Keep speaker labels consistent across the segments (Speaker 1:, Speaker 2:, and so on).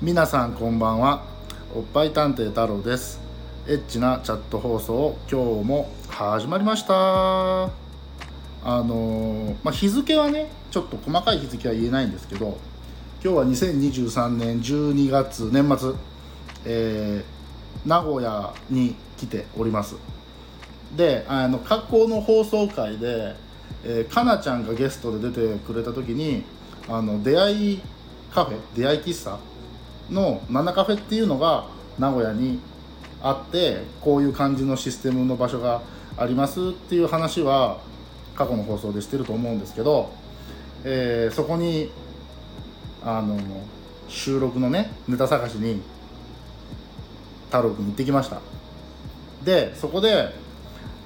Speaker 1: 皆さんこんばんはおっぱい探偵太郎ですエッチなチャット放送今日も始まりましたあのーまあ、日付はねちょっと細かい日付は言えないんですけど今日は2023年12月年末、えー名古屋に来ておりますであの過去の放送回で、えーかなちゃんがゲストで出てくれた時にあの出会いカフェ出会い喫茶の「ナナカフェ」っていうのが名古屋にあってこういう感じのシステムの場所がありますっていう話は過去の放送でしてると思うんですけど、えーそこにあの収録のねネタ探しに太郎くん行ってきましたでそこで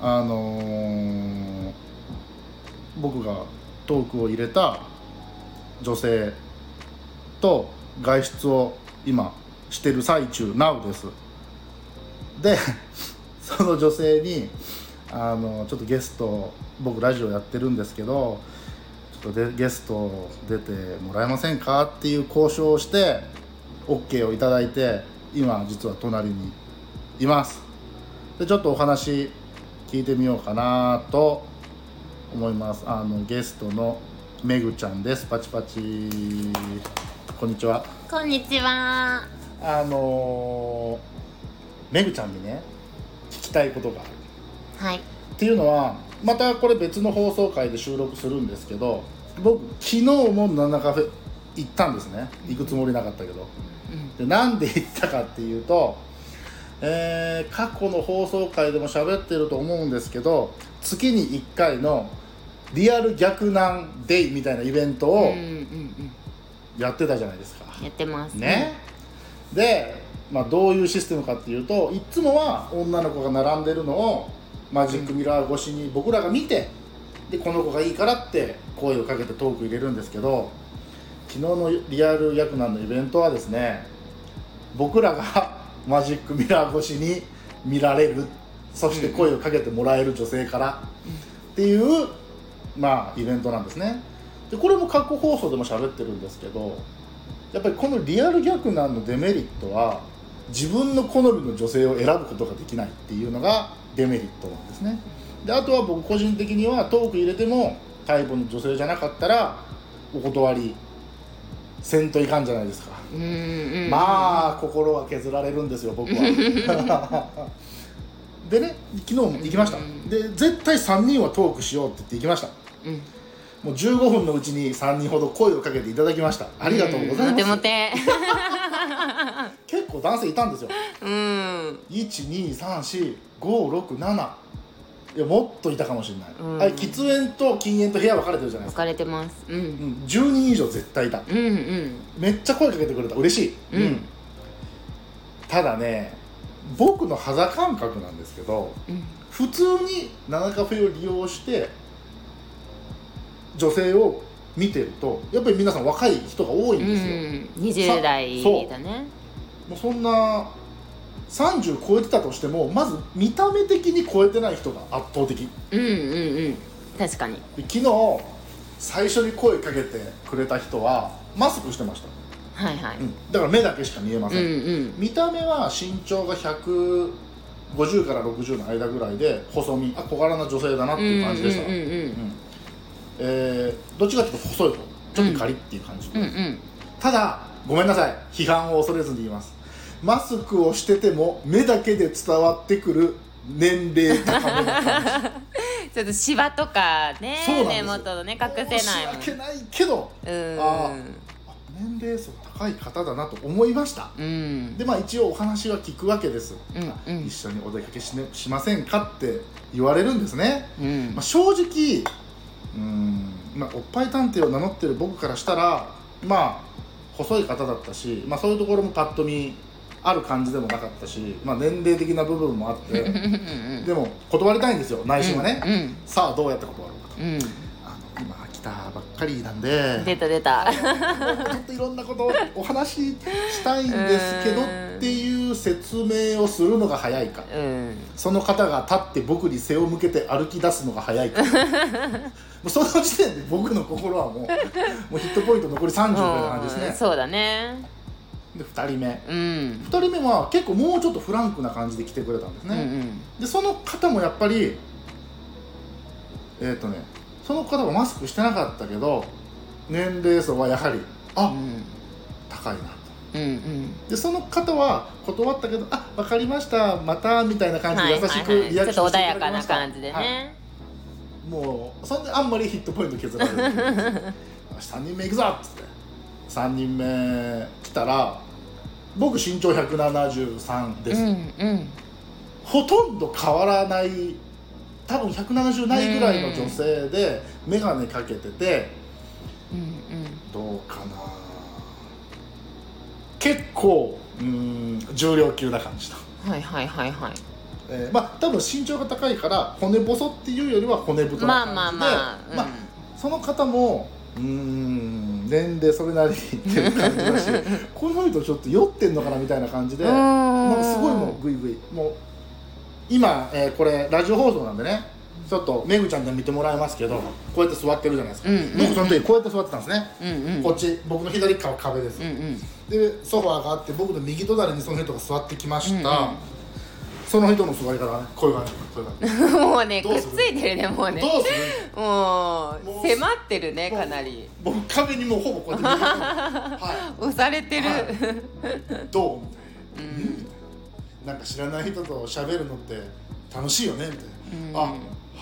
Speaker 1: あのー僕がトークを入れた女性と外出を今してる最中 NOW ですで その女性にあのちょっとゲスト僕ラジオやってるんですけどちょっとでゲスト出てもらえませんかっていう交渉をして OK をいただいて今実は隣にいますでちょっとお話聞いてみようかなと思いますあのゲストのめぐちゃんですパチパチこんにちは
Speaker 2: こんにちは。
Speaker 1: あのーめぐちゃんにね聞きたいことがある
Speaker 2: はい。
Speaker 1: っていうのはまたこれ別の放送回で収録するんですけど僕昨日もナナカフェ行ったんですね行くつもりなかったけどでなんで行ったかっていうと、えー過去の放送回でも喋ってると思うんですけど月に1回のリアル逆難デイみたいなイベント
Speaker 2: うん。
Speaker 1: を
Speaker 2: うんうん
Speaker 1: やってたじゃないですか、
Speaker 2: うん。やってます。
Speaker 1: ね。で、まあ、どういうシステムかっていうといつもは女の子が並んでるのをマジックミラー越しに僕らが見てでこの子がいいからって声をかけてトーク入れるんですけど昨日のリアル役難のイベントはですね僕らが マジックミラー越しに見られるそして声をかけてもらえる女性からっていう、まあ、イベントなんですねでこれも過去放送でも喋ってるんですけどやっぱりこのリアル逆難のデメリットは自分の好みの女性を選ぶことができないっていうのがデメリットなんですねであとは僕個人的にはトーク入れてもタイプの女性じゃなかったらお断りせんといかんじゃないですか
Speaker 2: うんうんうん。
Speaker 1: まあ心は削られるんですよ僕は でね昨日も行きました
Speaker 2: うん
Speaker 1: で絶対3人はトークしようって言って行きました
Speaker 2: うん。
Speaker 1: もう15分のうちに3人ほど声をかけていただきましたありがとうござい
Speaker 2: んモテ
Speaker 1: ま
Speaker 2: モ
Speaker 1: す
Speaker 2: テ。
Speaker 1: 結構男性いたんですよ
Speaker 2: うん。
Speaker 1: 1234567いやもっといたかもしれない、
Speaker 2: うん
Speaker 1: あれ喫煙と禁煙と部屋分かれてるじゃないです
Speaker 2: 置
Speaker 1: か、
Speaker 2: かれてます。う。
Speaker 1: うんん、10人以上絶対いた
Speaker 2: うんうん。
Speaker 1: めっちゃ声かけてくれた嬉しい、
Speaker 2: うん
Speaker 1: ただね僕の肌感覚なんですけど
Speaker 2: うん。
Speaker 1: 普通に7カフェを利用して女性を見てるとやっぱり皆さん若い人が多いん
Speaker 2: う
Speaker 1: ですよ、
Speaker 2: ん。二十代だね。
Speaker 1: もうそんな30超えてたとしてもまず見た目的に超えてない人が圧倒的で
Speaker 2: うんうんうん。確かに。
Speaker 1: 昨日最初に声かけてくれた人はマスクしてました、
Speaker 2: はいはい。
Speaker 1: うんだから目だけしか見えま
Speaker 2: う
Speaker 1: せ
Speaker 2: ん
Speaker 1: ん、
Speaker 2: うん。
Speaker 1: 見た目は身長が150から60の間ぐらいで細身あ小柄な女性だなっていう感じでした、
Speaker 2: うんうんうん
Speaker 1: うんえーどっちかっていうと細い方ちょっとガリっていう感じ、
Speaker 2: うん。うんうん。
Speaker 1: ただごめんなさい批判を恐れずに言いますマスクをしてても目だけで伝わってくる年齢高めな 感じ
Speaker 2: ちょっとシワとかね
Speaker 1: そうなんです
Speaker 2: 目
Speaker 1: よ
Speaker 2: 元のね隠せないもん
Speaker 1: 申し訳ないけどああ年齢層高い方だなと思いました
Speaker 2: うんうん
Speaker 1: でまあ一応お話は聞くわけです、
Speaker 2: うんうん
Speaker 1: 一緒にお出かけし,、ね、しませんかって言われるんですね、
Speaker 2: うん
Speaker 1: まあ、正直うーん、まあ、おっぱい探偵を名乗ってる僕からしたらまあ細い方だったし、まあ、そういうところもパッと見ある感じでもなかったし、まあ、年齢的な部分もあっ
Speaker 2: うん
Speaker 1: て
Speaker 2: うんうん
Speaker 1: でも断りたいんですよ内心はね、
Speaker 2: うん
Speaker 1: さあどうやって断ろうかと
Speaker 2: うん、
Speaker 1: あの今来たばっかりなん
Speaker 2: うん、
Speaker 1: で
Speaker 2: 出た出た
Speaker 1: ちょっといろんなことをお話ししたいんですけど
Speaker 2: うーん
Speaker 1: っていう説明をするのが早いか
Speaker 2: うん
Speaker 1: その方が立って僕に背を向けて歩き出すのが早い からもうその時点で僕の心はもうもうヒットポイント残り30ぐらいの感じです
Speaker 2: うん
Speaker 1: ね
Speaker 2: そうだね
Speaker 1: で2人目
Speaker 2: うん
Speaker 1: 2人目は結構もうちょっとフランクな感じで来てくれたんです
Speaker 2: うんう
Speaker 1: ね、
Speaker 2: ん
Speaker 1: でその方もやっぱりえっ、とねその方はマスクしてなかったけど年齢層はやはり
Speaker 2: う
Speaker 1: あ
Speaker 2: ん
Speaker 1: 高いな
Speaker 2: うんうん
Speaker 1: でその方は断ったけど「あわかりましたまた」みたいな感じで優し
Speaker 2: はい
Speaker 1: く
Speaker 2: はい
Speaker 1: リ
Speaker 2: は
Speaker 1: ア
Speaker 2: い、ちょ
Speaker 1: クシ
Speaker 2: っ
Speaker 1: ョンし
Speaker 2: と
Speaker 1: て
Speaker 2: 穏
Speaker 1: いただ
Speaker 2: やか
Speaker 1: きま
Speaker 2: な
Speaker 1: した
Speaker 2: 感じで
Speaker 1: はい
Speaker 2: ね、
Speaker 1: もうそんであんまりヒットポイント削られない 3人目いくぞっつって3人目来たら僕身長173です、
Speaker 2: うんうん
Speaker 1: ほとんど変わらない多分170ないぐらいの女性で眼鏡かけてて
Speaker 2: うん
Speaker 1: どうかな結構うーん重量級な感じだ、
Speaker 2: うんはいはいはいはい
Speaker 1: えーまあ多分身長が高いから骨細っていうよりは骨太
Speaker 2: ま
Speaker 1: な
Speaker 2: あ
Speaker 1: 感じで
Speaker 2: まあまあ、うん
Speaker 1: まあその方もうーん年齢それなりにっていう感じだし この人ちょっと酔ってんのかなみたいな感じでなんかすごいもうグイグイもう今、えーこれラジオ放送なんでねちょっとめぐちゃんで見てもらいますけどこうやって座ってるじゃないですか、
Speaker 2: うんうん
Speaker 1: 僕その時こうやって座ってたんですね、
Speaker 2: うんうん
Speaker 1: こっち僕の左側壁です、
Speaker 2: うんうん
Speaker 1: でソファーがあって僕の右隣にその人が座ってきました、
Speaker 2: うんうん
Speaker 1: その人の座り方がねこういう感じこういう感じ
Speaker 2: もうね
Speaker 1: ど
Speaker 2: く
Speaker 1: う
Speaker 2: っ
Speaker 1: する
Speaker 2: ついてるねもうね
Speaker 1: どうする
Speaker 2: も
Speaker 1: も
Speaker 2: う
Speaker 1: う
Speaker 2: 迫ってるね
Speaker 1: もう
Speaker 2: かなり
Speaker 1: 僕壁にもうほぼこうやって右手 をはい
Speaker 2: 押されてる、
Speaker 1: どうみたいな、うんなんか知らない人と喋るのって楽しいよねみたいな、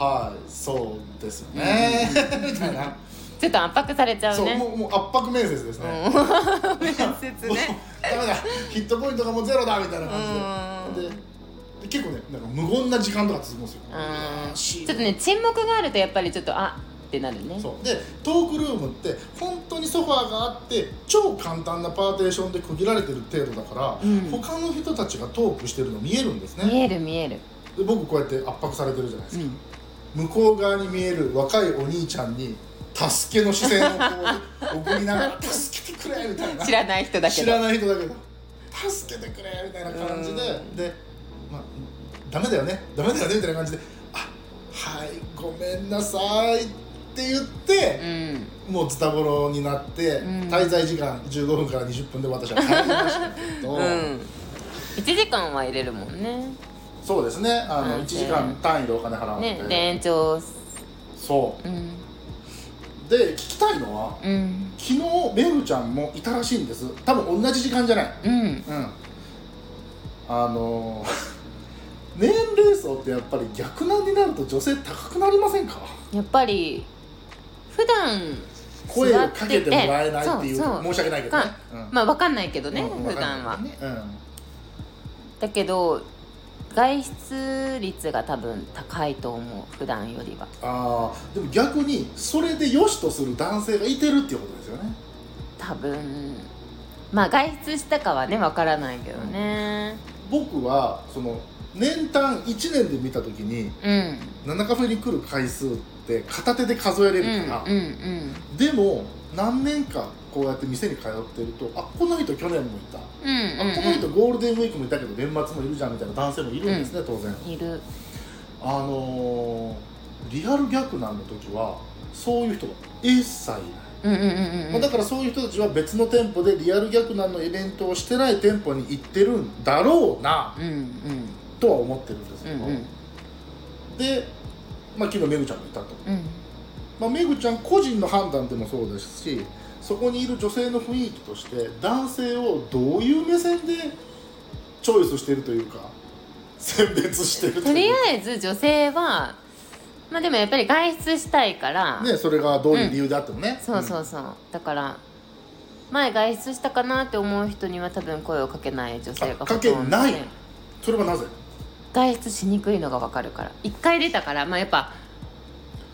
Speaker 1: あはいそうですよね、みたい な、
Speaker 2: ちょっと圧迫されちゃう
Speaker 1: そう
Speaker 2: ね
Speaker 1: もうもう圧迫面接ですね、
Speaker 2: 面接
Speaker 1: もう
Speaker 2: ね
Speaker 1: ダメだヒットポイントがもうゼロだみたいな感じで,、
Speaker 2: うん
Speaker 1: でで結構ねなんか無言な時間とか続くんですよ、
Speaker 2: うん
Speaker 1: シーン
Speaker 2: ちょっとね沈黙があるとやっぱりちょっとあってなるね
Speaker 1: そうでトークルームって本当にソファーがあって超簡単なパーテーションで区切られてる程度だから、
Speaker 2: うん
Speaker 1: 他の人たちがトークしてるの見えるんですね
Speaker 2: 見える見える
Speaker 1: で僕こうやって圧迫されてるじゃないです
Speaker 2: う
Speaker 1: か、
Speaker 2: ん
Speaker 1: 向こう側に見える若いお兄ちゃんに助けの視線をこう送りながら「助けてくれ」みたいな
Speaker 2: 知らない人だけ
Speaker 1: 知
Speaker 2: ど
Speaker 1: らない人だけど「助けてくれ」みたいな感じで
Speaker 2: うん
Speaker 1: で、まあ「ダメだよねダメだよね」みたいな感じで「あはいごめんなさい」って言って、
Speaker 2: うん
Speaker 1: もうズタボロになって、
Speaker 2: ん
Speaker 1: 滞在時間15分から20分で私は帰りましたけど、
Speaker 2: うん1時間は入れるもんね
Speaker 1: そうですねあの
Speaker 2: うん
Speaker 1: 1時間単位でお金払って、
Speaker 2: ねで延長
Speaker 1: そう
Speaker 2: うん
Speaker 1: で聞きたいのは
Speaker 2: うん
Speaker 1: 昨日ベルちゃんもいたらしいんです多分同じ時間じゃない
Speaker 2: うん
Speaker 1: うんあのー 年齢層ってやっぱり逆なんになると女性高くなりませんか
Speaker 2: やっぱり普段
Speaker 1: 声
Speaker 2: 座
Speaker 1: を
Speaker 2: っ
Speaker 1: かけてもらえないっていう
Speaker 2: そうそう
Speaker 1: 申し訳ないけどね
Speaker 2: か、まあわかんないけど
Speaker 1: あ
Speaker 2: ね、普段は、
Speaker 1: ねうん
Speaker 2: だけど外出率が多分高いと思う普段よりは
Speaker 1: あーでも逆にそれで良しとする男性がいてるっていうことですよね
Speaker 2: 多分まあ外出したかはねわからないけどね
Speaker 1: 僕はその年単1年で見た時に
Speaker 2: うん
Speaker 1: 7カフェに来る回数って片手で数えれ
Speaker 2: う
Speaker 1: る
Speaker 2: んうん
Speaker 1: から、
Speaker 2: うん
Speaker 1: でも何年かこうやって店に通ってるとあこの人去年もいた、あ
Speaker 2: うんうん
Speaker 1: この人ゴールデンウィークもいたけど年末もいるじゃんみたいな男性もいるんですね、当然
Speaker 2: うんいる
Speaker 1: あのーリアル逆男の時はそういう人が一切いない、
Speaker 2: うんうんうん
Speaker 1: ま
Speaker 2: う
Speaker 1: あ、
Speaker 2: ん
Speaker 1: だからそういう人たちは別の店舗でリアル逆男のイベントをしてない店舗に行ってるんだろうな
Speaker 2: うん
Speaker 1: とは思ってるんです
Speaker 2: うん
Speaker 1: け
Speaker 2: うん
Speaker 1: ど、
Speaker 2: うん
Speaker 1: で、まあ、昨日めぐちゃんもいたと
Speaker 2: うん
Speaker 1: まあ、めぐちゃん個人の判断でもそうですしそこにいる女性の雰囲気として男性をどういう目線でチョイスしてるというか選別してると
Speaker 2: とり
Speaker 1: いう
Speaker 2: あえず女性はまあでもやっぱり外出したいから、
Speaker 1: か、ね、それがどういう理由であってもね、
Speaker 2: そうそうそう、だから前外出したかなって思う人には多分声をかけない女性が
Speaker 1: あかけない
Speaker 2: ね
Speaker 1: それはなぜ
Speaker 2: 外出しにくいのが分かるから一回出たからまあやっぱ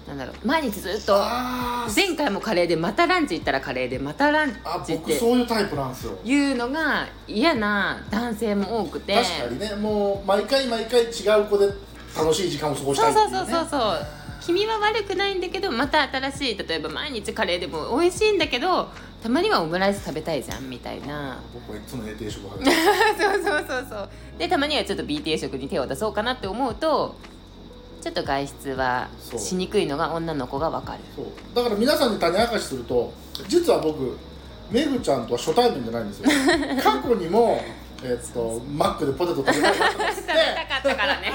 Speaker 2: なんだろう毎日ずっと
Speaker 1: あー
Speaker 2: 前回もカレーでまたランチ行ったらカレーでまたラン
Speaker 1: あ
Speaker 2: チっ
Speaker 1: 僕
Speaker 2: て
Speaker 1: そういうタイプなんですよ
Speaker 2: いうのが嫌な男性も多くて
Speaker 1: 確かにねもう毎回毎回違う子で楽しい時間を過ごしたい
Speaker 2: そ
Speaker 1: うってい、
Speaker 2: そうう
Speaker 1: ね、
Speaker 2: そうそうそう君は悪くないんだけどまた新しい例えば毎日カレーでも美味しいんだけどたまにはオムライス食べたいじゃんみたいな
Speaker 1: 僕はいつもね定食派です
Speaker 2: そうそうそうそうでたまにはちょっと BT 食に手を出そうかなって思うとちょっと外出は
Speaker 1: そう
Speaker 2: しにくいのが女の子がわかる
Speaker 1: そうだから皆さんに種明かしすると実は僕めぐちゃんとは初対面じゃないんです よ過去にもえっとマックでポテト食べたかったっつっ て
Speaker 2: 食べたかった からね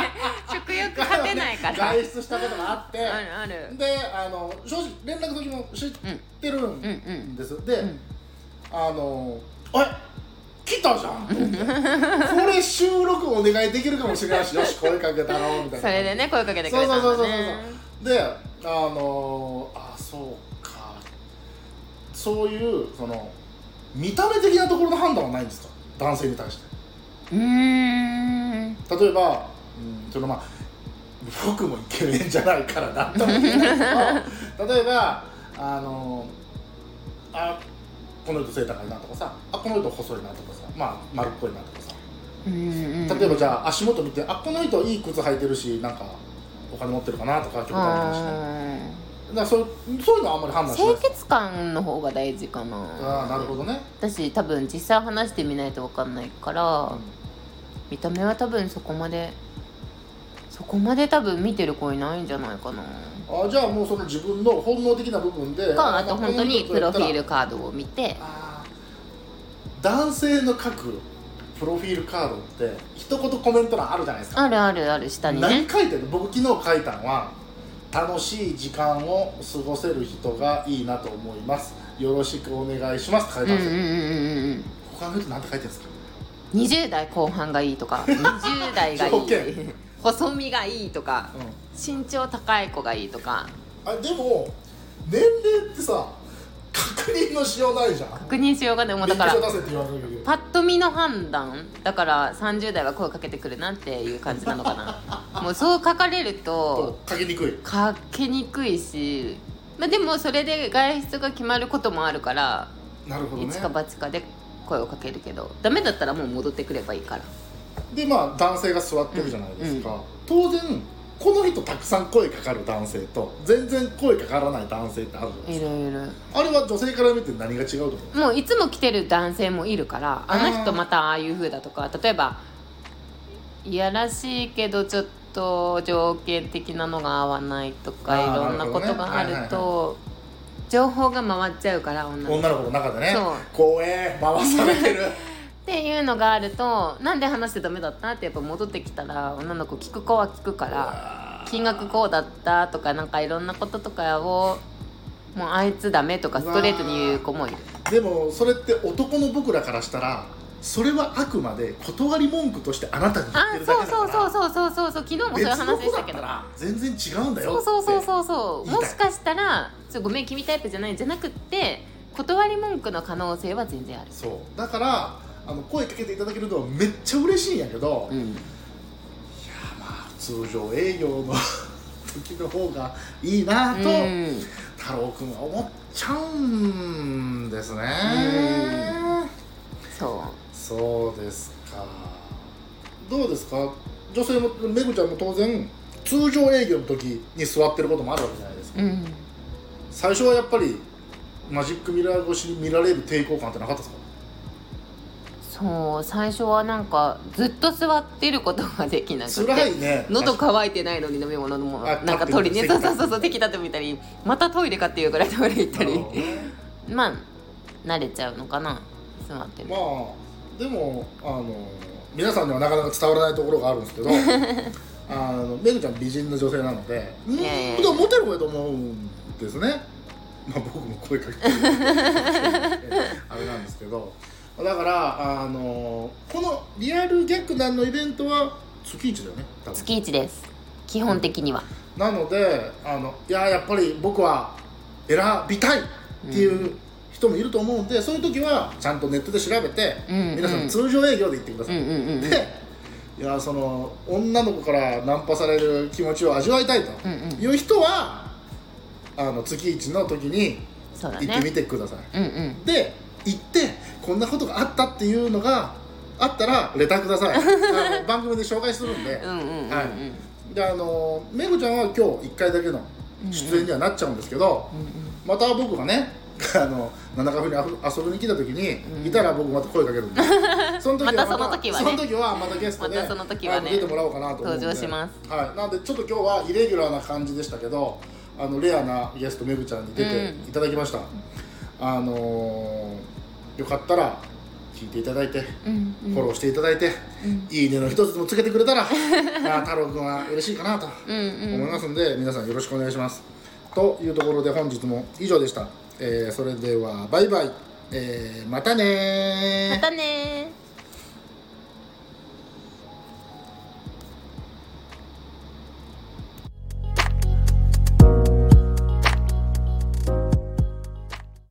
Speaker 2: 食欲勝てないからあ
Speaker 1: 外
Speaker 2: る
Speaker 1: 出したことがあって
Speaker 2: ある
Speaker 1: であの正直連絡先も知ってる
Speaker 2: うんうんん
Speaker 1: です、で、
Speaker 2: うん
Speaker 1: あの「あれ来たじゃん!」と思ってこれ収録お願いできるかもしれないしよし声かけたろう」みたいな
Speaker 2: それでね声かけてく
Speaker 1: そう
Speaker 2: れ
Speaker 1: そ
Speaker 2: た
Speaker 1: うんそうそうそ
Speaker 2: だ
Speaker 1: う
Speaker 2: ね
Speaker 1: そうであのあそうかそういうその見た目的なところの判断はないんですか男性に対して
Speaker 2: うーん
Speaker 1: 例えば、うん、そのまあ僕もイケメンじゃないからだとも言えないけ ど例えばあのあこの人背高いなとかさあこの人細いなとかさまあ丸っこいなとかさ
Speaker 2: うんうん
Speaker 1: 例えばじゃあ足元見てあこの人いい靴履いてるしなんかお金持ってるかなとか極端な話ねだ
Speaker 2: あ
Speaker 1: からそういうそういうのはあんまり判
Speaker 2: ー
Speaker 1: 断しない
Speaker 2: 清
Speaker 1: です
Speaker 2: 潔感の方が大事かな
Speaker 1: ああなるほどね、
Speaker 2: 私多分実際話してみないと分かんないから、見た目は多分そこまでそこまで多分見てる子いないんじゃないかな
Speaker 1: あじゃあもうその自分の本能的な部分で
Speaker 2: かあと本当にプロフィー
Speaker 1: ル
Speaker 2: ルカードを見て
Speaker 1: あー男性の書くプロフィールカードって一言コメント欄あるじゃないですか、
Speaker 2: あるあるある下にね
Speaker 1: 何書いてる僕昨日書いたのは「楽しい時間を過ごせる人がいいなと思いますよろしくお願いします」って書
Speaker 2: う
Speaker 1: い
Speaker 2: んう
Speaker 1: たんですよ、
Speaker 2: んうんうんうん
Speaker 1: 他の人なんて書いてるんですか
Speaker 2: 20代後半がいい とか20代がい
Speaker 1: 条件
Speaker 2: い細身がいいとか
Speaker 1: うん
Speaker 2: 身長高い子がいいとか
Speaker 1: あでも年齢ってさ確認のしようないじゃん
Speaker 2: 確認しようがないもうだから
Speaker 1: 免許証出せって言われるけど
Speaker 2: パッと見の判断だから30代は声かけてくるなっていう感じなのか なもうそう書かれると
Speaker 1: かけにくい
Speaker 2: かけにくいし、まあ、でもそれで外出が決まることもあるから
Speaker 1: なるほどね
Speaker 2: 一か八かで声をかけるけどダメだったらもう戻ってくればいいから
Speaker 1: でまあ男性が座ってるじゃないですか、当然この人たくさん声かかる男性と全然声かからない男性ってあるじゃない
Speaker 2: い
Speaker 1: です
Speaker 2: ろいろ
Speaker 1: かあれは女性から見て何が違うと思う
Speaker 2: もういつも来てる男性もいるからあの人またああいう風だとか例えばいやらしいけどちょっと条件的なのが合わないとかい
Speaker 1: あー
Speaker 2: ろんなことが
Speaker 1: な
Speaker 2: あ
Speaker 1: る
Speaker 2: る
Speaker 1: ほ
Speaker 2: と情報が回っちゃうから女の子
Speaker 1: 女の子の中でね
Speaker 2: そう
Speaker 1: 光栄回され てる
Speaker 2: っていうのがあるとなんで話してダメだったってやっぱ戻ってきたら女の子聞く子は聞くから
Speaker 1: あー
Speaker 2: 金額こうだったとかなんかいろんなこととかをもうあいつダメとかストレートに言う子もいる。
Speaker 1: でもそれって男の僕らからしたらそれはあくまで断り文句としてあなたに言っ
Speaker 2: あ
Speaker 1: てるだ
Speaker 2: そ
Speaker 1: け
Speaker 2: う
Speaker 1: だから
Speaker 2: そうそうそうそうそうそう昨日もそういう話でした
Speaker 1: 別の子
Speaker 2: けど
Speaker 1: だら全然違うんだよって
Speaker 2: そうそうそうそうそう
Speaker 1: 言い
Speaker 2: も
Speaker 1: たい
Speaker 2: しかしたらちょごめん君タイプじゃないじゃなくって断り文句の可能性は全然ある
Speaker 1: そうだからあの声かけていただけるのはめっちゃ嬉しいんやけど、
Speaker 2: う
Speaker 1: いや
Speaker 2: ん
Speaker 1: まあ通常営業の 時の方がいいなと、
Speaker 2: うん
Speaker 1: 太郎くんは思っちゃうんですね、
Speaker 2: そ
Speaker 1: そうですかどうですか女性もめぐちゃんも当然通常営業の時に座ってることもあるわけじゃないですか
Speaker 2: ううん
Speaker 1: 最初はやっぱりマジックミラー越しに見られる抵抗感ってなかったですか
Speaker 2: そう最初はなんかずっと座ってることができなく
Speaker 1: 辛
Speaker 2: て
Speaker 1: いね
Speaker 2: 喉乾いてないのに飲み物も
Speaker 1: あ
Speaker 2: なん
Speaker 1: 立
Speaker 2: か
Speaker 1: って
Speaker 2: 取
Speaker 1: る
Speaker 2: りね
Speaker 1: 席
Speaker 2: そう
Speaker 1: 立って
Speaker 2: そうそうそう敵立ってみたりまたトイレかっていうぐらいトイレ行った
Speaker 1: なる
Speaker 2: り
Speaker 1: ほどね
Speaker 2: まあ慣れちゃうのかな座ってる
Speaker 1: まあでもあの皆さんにはなかなか伝わらないところがあるんです けどあのめぐちゃん美人な女性なのでうん
Speaker 2: いやいやいや
Speaker 1: でもモテる方やと思うんですねまあ僕も声かけてる あれなんですけどだからあのこのリアル逆談のイベントは月一だよね多分
Speaker 2: 月一です基本的には
Speaker 1: なのであのいややっぱり僕は選びたいっていう人もいると思うんで、そういう時はちゃんとネットで調べて、
Speaker 2: うん
Speaker 1: 皆さ
Speaker 2: うん
Speaker 1: ん通常営業で行ってくだ
Speaker 2: う
Speaker 1: さ
Speaker 2: ん
Speaker 1: い、
Speaker 2: うんうんうん
Speaker 1: でいやその女の子からナンパされる気持ちを味わいたいと
Speaker 2: うんうん
Speaker 1: いう人は、あの月一の時に
Speaker 2: そうだ
Speaker 1: 行ってみ
Speaker 2: ね
Speaker 1: てください、
Speaker 2: うんうん
Speaker 1: で行ってこんなことがあったっていうのがあったらレターくだ さいあの番組で紹介するんで、
Speaker 2: うんうんうんうん
Speaker 1: はいであのめぐちゃんは今日1回だけの出演にはなっちゃうんですけど、また僕がね あの七カフェにあふ遊びに来た時に、
Speaker 2: うん
Speaker 1: いたら僕また声かけるん でその時は
Speaker 2: またその時はね
Speaker 1: その時はまたゲストで、
Speaker 2: またその時はね
Speaker 1: あの出てもらおうかなと思うんで、
Speaker 2: 登場します
Speaker 1: はい、なのでちょっと今日はイレギュラーな感じでしたけどあのレアなゲストめぐちゃんに出ていただきました、あのーよかったら聞いていただいて、
Speaker 2: うんうん
Speaker 1: フォローしていただいて、
Speaker 2: うん
Speaker 1: いいねの一つでもつけてくれ たらまあ太郎くんは嬉しいかなと
Speaker 2: うん
Speaker 1: 思いますんで、皆さんよろしくお願いしますというところで本日も以上でした、えーそれではバイバイ、えーまたねー
Speaker 2: またねー